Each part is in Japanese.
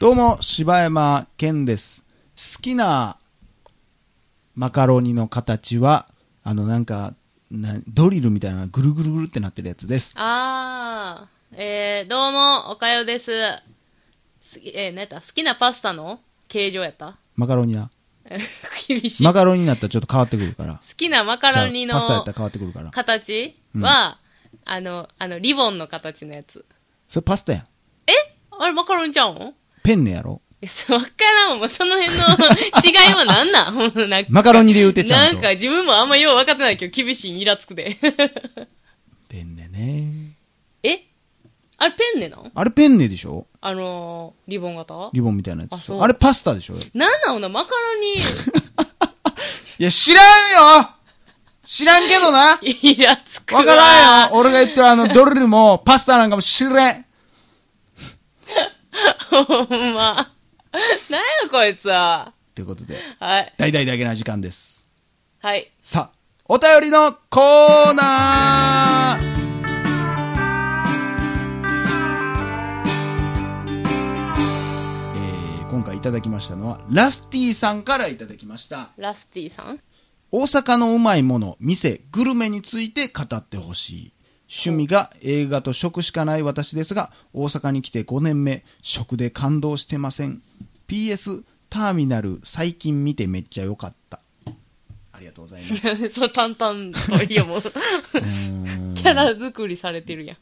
どうも、柴山健です。好きなマカロニの形は、あの、なんか、なドリルみたいなぐるぐるぐるってなってるやつです。あー、えー、どうも、おかよです。すえー、何やった好きなパスタの形状やった マカロニな。え厳しい。マ好カロニになったらちょっと変わってくるから。きなマカロニのパスタやったら変わってくるから。形は、あの、あの、リボンの形のやつ。それパスタやん。えあれマカロニちゃうんペンネやろえ、そうわからん。もうその 辺の違いはなんなんほんとなんかマカロニで言うてちゃなんんと。か自分もあんまよう分かってないけど、厳しいにイラつくで。 ペンネね。えあれペンネなんあれペンネでしょあのー、リボン型リボンみたいなやつ。あそうあれパスタでしょい なんなんほな、マカロニ、や、知らんよ知らんけどなイラつくわ。わからんよ俺が言ってるあのドリルもパスタなんかも知れんほんま。なんやこいつは。ということで、はい。大々だけな時間です。はい。さあ、お便りのコーナーえー今回いただきましたのは、ラスティさんからいただきました。ラスティさん 大阪のうまいもの、店、グルメについて語ってほしい。趣味が映画と食しかない私ですが、大阪に来て5年目、食で感動してません。PS、ターミナル、最近見てめっちゃ良かった。ありがとうございます。そう、淡々と、いやもう、キャラ作りされてるやん。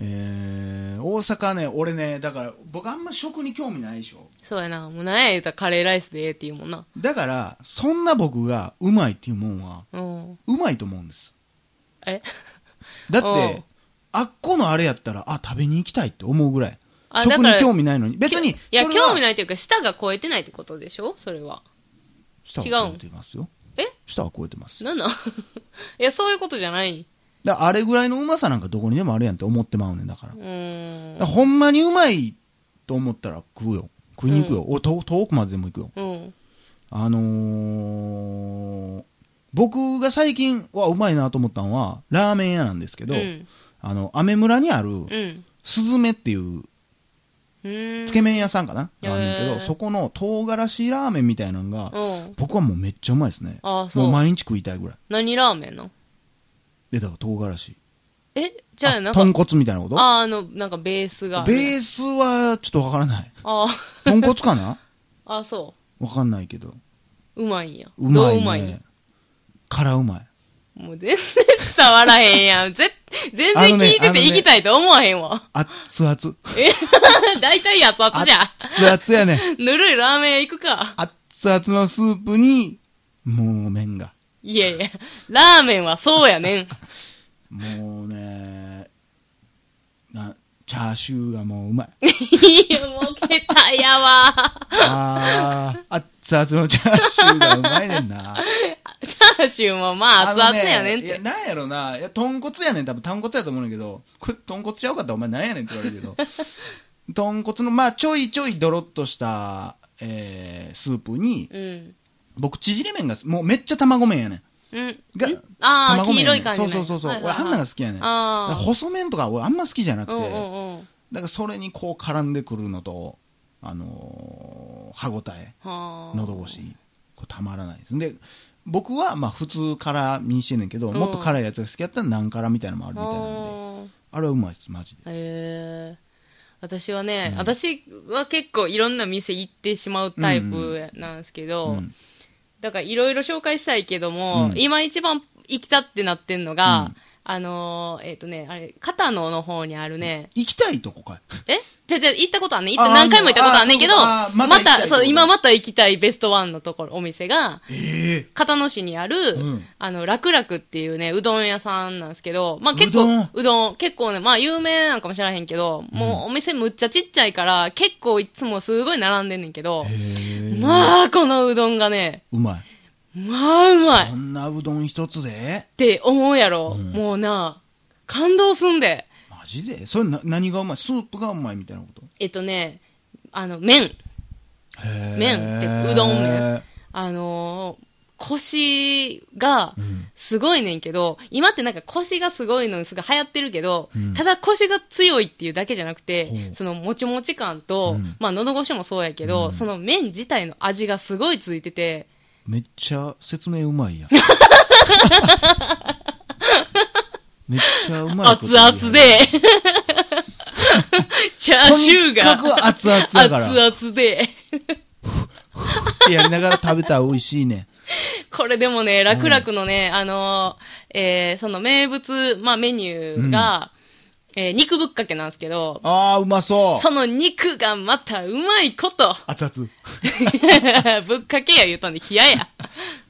えー、大阪ね、俺ね、だから、僕あんま食に興味ないでしょ。そうやな。もうなんや言うたらカレーライスでええって言うもんな。だから、そんな僕がうまいっていうもんは、うん。うまいと思うんです。えだっおてうあっこのあれやったらあ食べに行きたいって思うぐらいあ食だかにら興味ないのに別にいや、それは興味ないっていうか、舌が超えてないってことでしょそれは。舌違はうん超えてますよえ舌は超えてますよなん なんいや、そういうことじゃない。だからあれぐらいのうまさなんかどこにでもあるやんって思ってまうねんだから,、うーん。ほんまにうまいと思ったら食うよ食いに行くよ、俺と遠くまででも行くようん。あのー、僕が最近はうまいなと思ったのはラーメン屋なんですけど、うん。あの雨村にあるうん。スズメっていううーん。つけ麺屋さんかな、うんあんねんけへどーそこの唐辛子ラーメンみたいなのが、うん。僕はもうめっちゃうまいですねああ、もうそう。毎日食いたいぐらい何ラーメンのでだから唐辛子えじゃあ、なんか豚、骨みたいなことあー、あの、なんかベースがある。ベースはちょっとわから ないあ豚骨かなあ、あそわかんないけどう。うまいんや。うまどいううまいんやね辛うまいもう全然伝わらへんやん。ぜ、全あの然ね聞いあてのねて行きたいと思わへんわ。熱々熱 大体熱々じゃん。々やねぬるいラーメン屋行くか。熱々のスープにもう麺がいやいや、ラーメンはそうやねん。もうねなチャーシューがもうう まいいや、もう桁やわ。あー熱々のチャーシューがうまいねんなチャーシューもまあ熱々やねんっいや、て。なんやろな。いや、豚骨やねん。多分豚骨やと思うねんだけど、これ豚骨ちゃうかったらお前なんやねんって言われるけ ど、豚骨の、まあ、ちょいちょいドロッとした、えー、スープに、うん。僕、縮れ麺が、もうめっちゃ卵麺やねん。うん。がああ、卵黄麺や色ねいん感そじうね。そうそうそう。はいはいはい俺、あんなが好きやねん。だあからあ。細麺とか俺あんま好きじゃなくて、うんうんうん。だからそれにこう絡んでくるのと、あのー歯ごたえ。はあ。喉越しこれたまらないですで僕はまあ普通辛みにしてんねんけど、うんもっと辛いやつが好きやったら何辛みたいなのもあるみたいなんでああ。あれはうまいですマジでへえ私はね、私は結構いろんな店行ってしまうタイプなんですけど、うんだからいろいろ紹介したいけども、うん今一番行きたってなってんのが、うんあのーえっ、とね、あれ、片野の方にあるね、行きたいとこかいえじゃあじゃあ行ったことはねん、行っあたー何回も行ったことはねんけど、あーそうかあーままた行きたいた、とこそう、今また行きたいベストワンのところ、お店が、ええ片野市にある、うんあの、楽々っていうね、うどん屋さんなんですけど、まあう結ど構、んうどん、結構ね、まあ有名なんかもしれへんけど、もうお店むっちゃちっちゃいから、結構いつもすごい並んでんねんけど、へえまあこのうどんがね、うまいまあうまいっそんなうどん一つでて思うやろ。うんもうな、感動すんで。マジでそれな何がうまいスープがうまいみたいなことえっとね、あの、麺。へえ麺ってうどん麺あのー腰がすごいねんけど、今ってなんか腰がすごいのすごい流行ってるけど、うんただ腰が強いっていうだけじゃなくほてう、そのもちもち感と、うんまあ喉越しもそうやけど、その麺自体の味がすごいついてて、めっちゃ説明うま いやん。めっちゃうまいこと熱言うやん。々で、 チャーシューとにかくが熱々だから。っ熱々で、て やりながら食べたら美味しいね。これでもね、楽々のね、あのー、えーその名物、まあメニューが、えー肉ぶっかけなんですけど、ああ、うまそう。その肉がまたうまいこと。 熱々。ぶっかけや言うたんで、冷やや。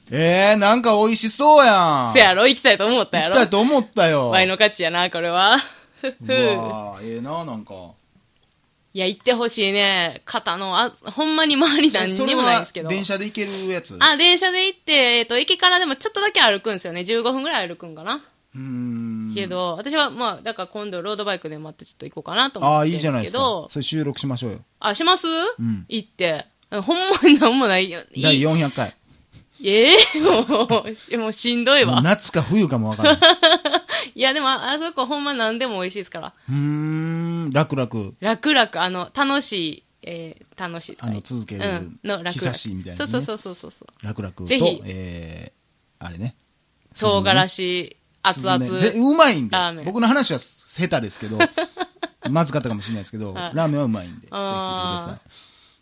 ええー、なんか美味しそうやん。せやろ、行きたいと思ったや行きろ。たいと思ったよ。ワイの勝ちやな、これは。ふうふいわーええな、なんか。や、行ってほしいね。肩の、あ、ほんまに周り何にもないんですけどそれは。電車で行けるやつあ、電車で行って、えっ、と、駅からでもちょっとだけ歩くんですよね。15分ぐらい歩くんかな。うーん。けど、私は、まあ、だから今度ロードバイクで待ってちょっと行こうかなと思ああ、っているんでいすじけゃど。ないですか。それ収録しましょうよ。あ、します、ん行って。ほんまになんもない。よい第400回。ええもう、もうしんどいわ。夏か冬かもわ からない。いや、でも、ああそこほんま何でも美味しいですから。うーん、楽々。楽々、あの、楽しい、えー、楽しいとか。あの続けるうん、の楽々。久しいみたいなねそうそうそうそうそう。楽々と、ぜひえー、あれね。唐辛子、子、熱々。ぜうまいんでラーメ。ン僕の話は下手ですけ ど、まずかったかもしれないですけど、はラいーメンはうまいんで、ぜひ聞いてくださ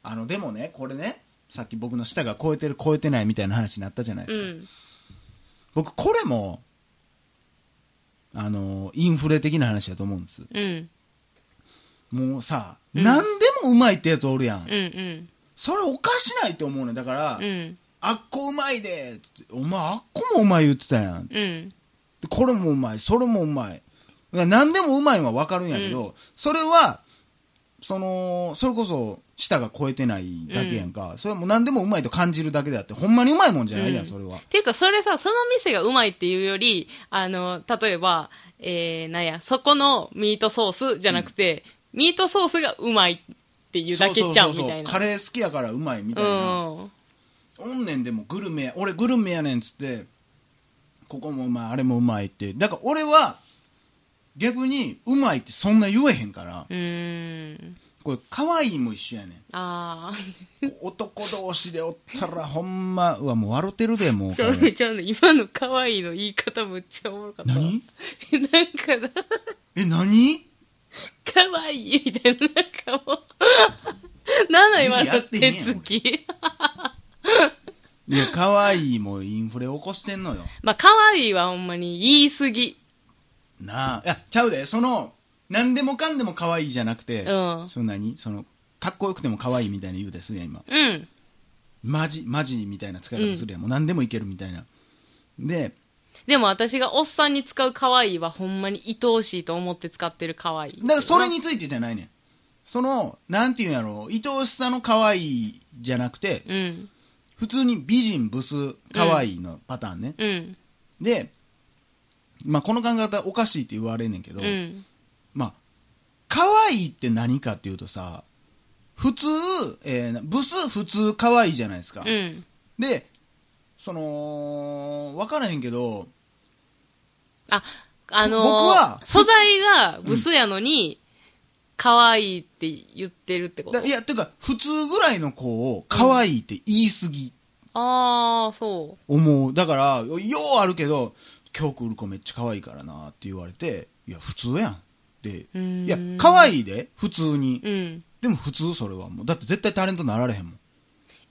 あい。あの、でもね、これね、さっき僕の舌が超えてる超えてないみたいな話になったじゃないでうすか。ん。僕、これも、あの、インフレ的な話だと思うんです。うん。もうさ、何でもうまいってやつおるやんうん。うん。それおかしないと思うねんだから、うん。あっこうまいでつってお前あっこもうまい言ってたやんうん。でこれもうまいそれもうまいだから何でもうまいのは分かるんやけど、それはそのそれこそ舌が超えてないだけやんか、それはもう何でもうまいと感じるだけであってほんまにうまいもんじゃないやん、うんそれはっていうか、それさ、その店がうまいっていうより、あの、例えば、えー、なんや、そこのミートソースじゃなくて、ミートソースがうまいっていうだけちゃうそそみそたいな。カレー好きやからうまいみたいな、うん。おんねんでもグルメや俺グルメやねんっつってここもうまいあれもうまいってだから俺は逆にうまいってそんな言えへんからうーん。これ可愛いも一緒やねんあ 男同士でおったらほんまうわもう笑ってるでもあ。うちょうね、ちょうね、今の可愛いの言い方むっちゃおもろかった。何なんかな、え何可愛いみたいな、なんかもう。なの今やのってへ手んやんつき。いや可愛いもインフレ起こしてんのよまあ、可愛いはほんまに言い過ぎ。なあいやちゃうでその何でもかんでも可愛いじゃなくて、うんその何そのかっこよくても可愛いみたいな言うでするやん今うん。マジマジみたいな使い方するやん、もう何でもいけるみたいなででも私がおっさんに使う可愛いはほんまに愛おしいと思って使ってる可愛い。だからそれについてじゃないねんそのなんていうんやろう愛おしさの可愛いじゃなくてうん。普通に美人ブス可愛いのパターンね、うん。で、まあ、この考え方おかしいって言われんねんけど、うん。まあ可愛いって何かっていうとさ普通、えーブス普通可愛いじゃないですか、うん。でその分からへんけどあ、あのー僕は素材がブスやのに、可愛いって言ってるってことだいやていうか普通ぐらいの子を可愛いって言い過ぎああ、そ思うだからようあるけど今日来る子めっちゃ可愛いからなって言われていや普通やんってうーんいや可愛いで普通に、う。うん。でも普通それはもうだって絶対タレントなられへんもん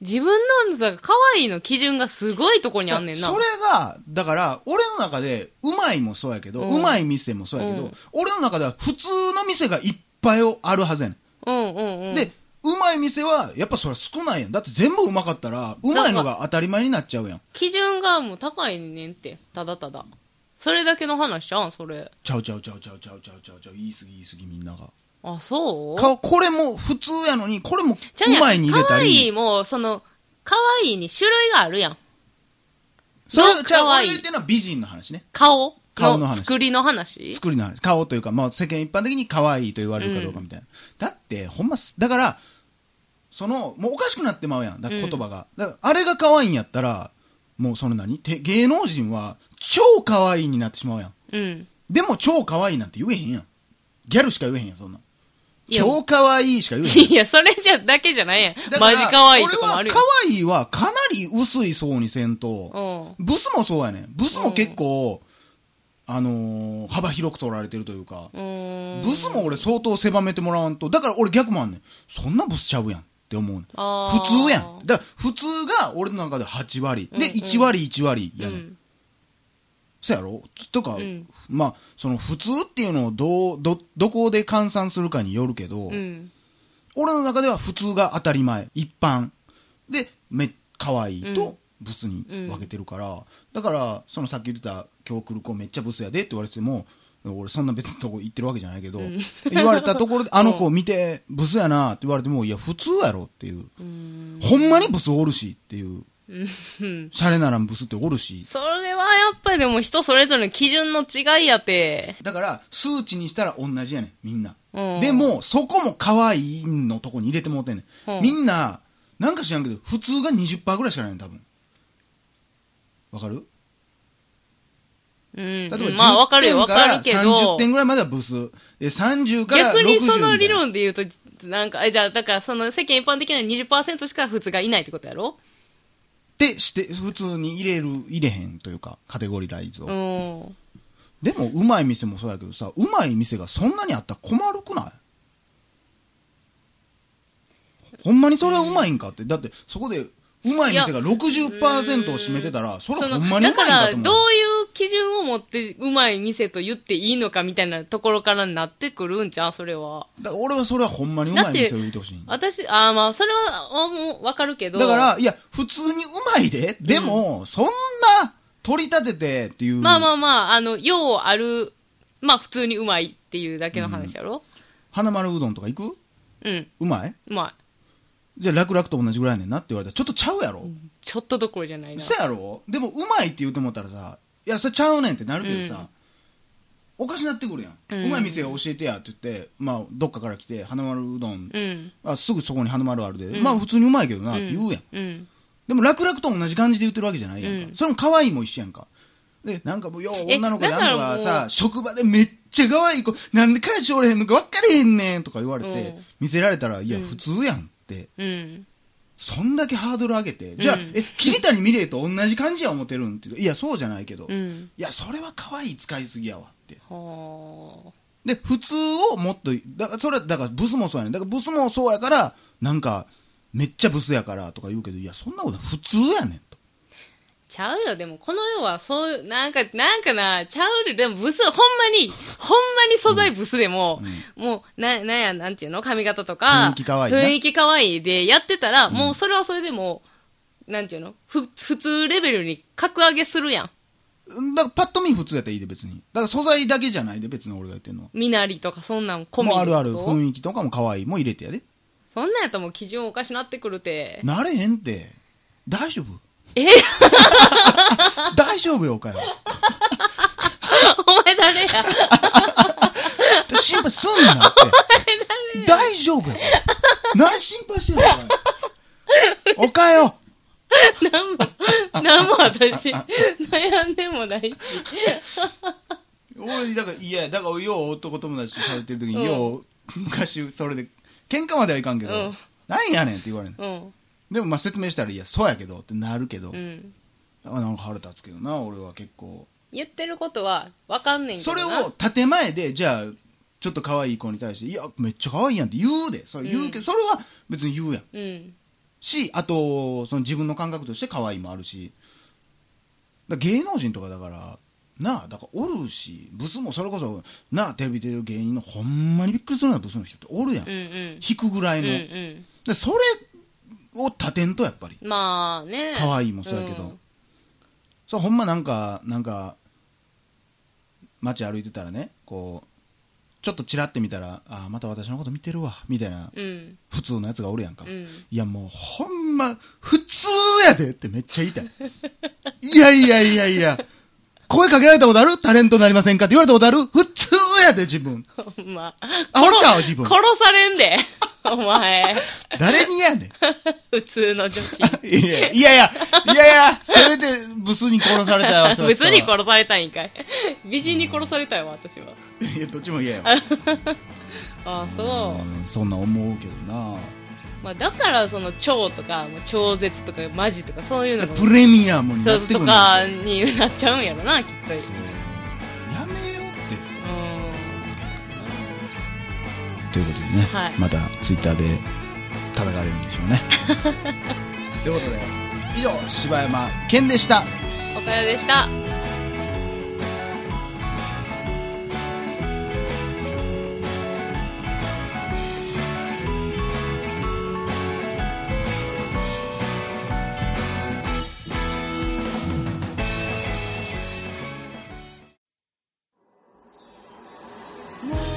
自分のさ、可愛いの基準がすごいとこにあんねんな。それがだから俺の中でうまいもそうやけど、ううんまい店もそうやけど、うん俺の中では普通の店がいっぱいあるはずやね、うんうんうんん。でうまい店はやっぱそれは少ないやんだって全部うまかったらうまいのが当たり前になっちゃうやん基準がもう高いねんって。ただただ。それだけの話じゃうん、それ。ちゃうちゃうちゃうちゃうちゃうちゃうちゃうちゃう言い過ぎ言い過ぎみんながあ、そう顔これも普通やのにこれもじゃあやうまいに入れた可愛りいも、その、可愛いに種類があるやん。それどうじゃあ可俺愛いが言ってるのは美人の話ね顔顔のの話作りの話作りの話顔というか、まあ、世間一般的に可愛いと言われるかどうかみたいな、だってほんますだからそのもうおかしくなってまうやんだから言葉が、だからあれが可愛いんやったらもうその何て芸能人は超可愛いになってしまうやん。うん。でも超可愛いなんて言えへんやん。ギャルしか言えへんやん、そんなん。いや超可愛いしか言えへんやん。いや、それじゃ、だけじゃないやん。だか マらジ可愛いとかもあるよ俺は。可愛いはかなり薄い層にせんと、うブスもそうやねん。ブスも結構、あのー幅広く取られてるというか、ん。うーん。ブスも俺相当狭めてもらわんと、だから俺逆もあんねん。そんなブスちゃうやんって思うねんあー普通やん。だから普通が俺の中で8割。うんうで、ん1割1割やうねん。ん。そやろとか、うんまあ、その普通っていうのをどう、ど、どこで換算するかによるけど、うん。俺の中では普通が当たり前、一般。で、め、可愛いと、うんブスに分けてるから、だから、そのさっき言ってた、今日来る子めっちゃブスやでって言われても、俺そんな別のとこ行ってるわけじゃないけど、言われたと ころで、あの子見て、ブスやなって言われても、いや、普通やろっていう。うん。ほんまにブスおるしっていう。うんシャレならんブスっておるし。それはやっぱりでも人それぞれの基準の違いやて。だから、数値にしたら同じやねん、みんな。うんでも、そこも可愛いのとこに入れてもうてんねん。うんみんな、なんか知らんけど、普通が20%ぐらいしかないねん、多分。わかるうん例えばうん。まあわかるよ、わ10かるけ点から30ど。点ぐらいまではブス。で、30から60逆にそのみた理いな論で言うと、なんか、え、じゃあ、だからその世間一般的には20%しか普通がいないってことやろってして、普通に入れる、入れへんというか、カテゴリーライズを。うん。でも、うまい店もそうやけどさ、うまい店がそんなにあったら困るくないほんまにそれはうまいんかって。だって、そこで、うまい店が60%を占めてたら、それそはほのんまにうまいだんかと思かう。ら、どういう基準を持ってうまい店と言っていいのかみたいなところからなってくるんじゃん、それは。だから俺はそれはほんまにうまい店を言ってほしい。だ私、ああまあ、それは、あもうわかるけど。から、いや、普通にうまいで、でも、そんな取り立ててっていう。まあまあまあ、あの、ようある、まあ普通にうまいっていうだけの話やろ花丸うどんとか行くうん、うまいうまじゃあ、楽々と同じぐらいやねんなって言われたら、ちょっとちゃうやろ。い。ちょっとどころじゃないな。そやろでも、うまいって言うてもったらさ、いや、それちゃうねんってなるけどさ、おかしなってくるやん。ううんまい店教えてやって言って、まあ、どっかから来て、花丸うどん、うん。あすぐそこに花丸あるで、んまあ、普通にうまいけどなって言うやん。うん。でも、楽々と同じ感じで言ってるわけじゃないやんか。うんそれも可愛いも一緒やんか。で、なんかもう、よう、え女の子でだあんからのがもさ、う職場でめっちゃ可愛い子、なんで彼氏おれへんのか分かれへんねんとか言われて、うん見せられたら、いや、うん普通やんって。うん。そんだけハードル上げて、じゃあ、うんえ、桐谷美玲と同じ感じや思ってるんって言うといや、そうじゃないけど、ういん。や、それは可愛い使いすぎやわって。はで、普通をもっと、だから、それは、だから、ブスもそうやねんだから、ブスもそうやから、なんか、めっちゃブスやからとか言うけど、いや、そんなこと普通やねんと。あ。ちゃうよ、でも、この世は、そういう、なんか、なんかな、ちゃうで、でも、ブス、ほんまに、ほんまに素材ブスでも、もう、な、なんや、なんていうの髪型とか、雰囲気可愛いな雰囲気可愛いで、やってたら、もう、それはそれでもう、なんていうのふ、普通レベルに格上げするやん。だから、パッと見普通やったらいいで、別に。だから、素材だけじゃないで、別に俺が言ってるのは。身なりとか、そんなん込みもうであるあっる、てこと雰囲気とかも可愛いも入れてやで。そんなんやったらもう基準おかしなってくるて。なれへんって。大 丈夫え大丈夫よ、おかよ。お前誰や心配すんな って。大丈夫やから。何心配してるのおかよ。おかよ。何も、何も私、悩んでもないし。俺、だから、いや、だから、よう男友達と喋ってる時に、うんよう、昔、それで、喧嘩まではいかんけうどん、何やねんって言われるうん。でも、まあ、説明したら、いや、そうやけどってなるけどう、ん。あなんか腹立つけどな、俺は結構。言ってることは分かんねんけそどれな。を、建前で、じゃあ、ちょっと可愛い子に対して、いや、めっちゃ可愛いやんって言うで。それ言うけど、それは別に言うやん。うん。し、あと、その自分の感覚として可愛いもあるし、だから芸能人とかだから、なあ、だからおるし、ブスもそれこそ、なあ、テレビ出てる芸人のほんまにびっくりするようなブスの人っておるやん。うんうん。引くぐらういんの。うでそれを立てんと、やっぱり。ん。まあね。可愛いもそうやけど。んそうほんまなんか、なんか、街歩いてたらね、こう、ちょっとチラって見たら、ああ、また私のこと見てるわ、みたいな、うん。 普通のやつがおるやんか。うん。いやもうほんま、普通やでってめっちゃ言いたい。いやいやいやいや、声かけられたことあるタレントになりませんかって言われたことある普通やで自分。ほんま。あおっちゃう殺自分殺されんで。 お前、誰にやねん。普通の女子。いやいやいや、いやいや、せめてブスに殺されたよ。それやっ別たらに殺されたいんかい。美人に殺されたいわ、私は。いや、どっちも嫌やわ。ああ、そう。うんそんな思うけどな。まあ、だからその超とかもう超絶とかマジとかそういうのがプレミアムにそなうってくとるんかだになっちゃうんやろなきっとうそうやめようってさ。んということでね、はいまたツイッターで叩かれるんでしょう ね。ということで、以上、柴山健でした。岡谷でした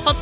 ポッ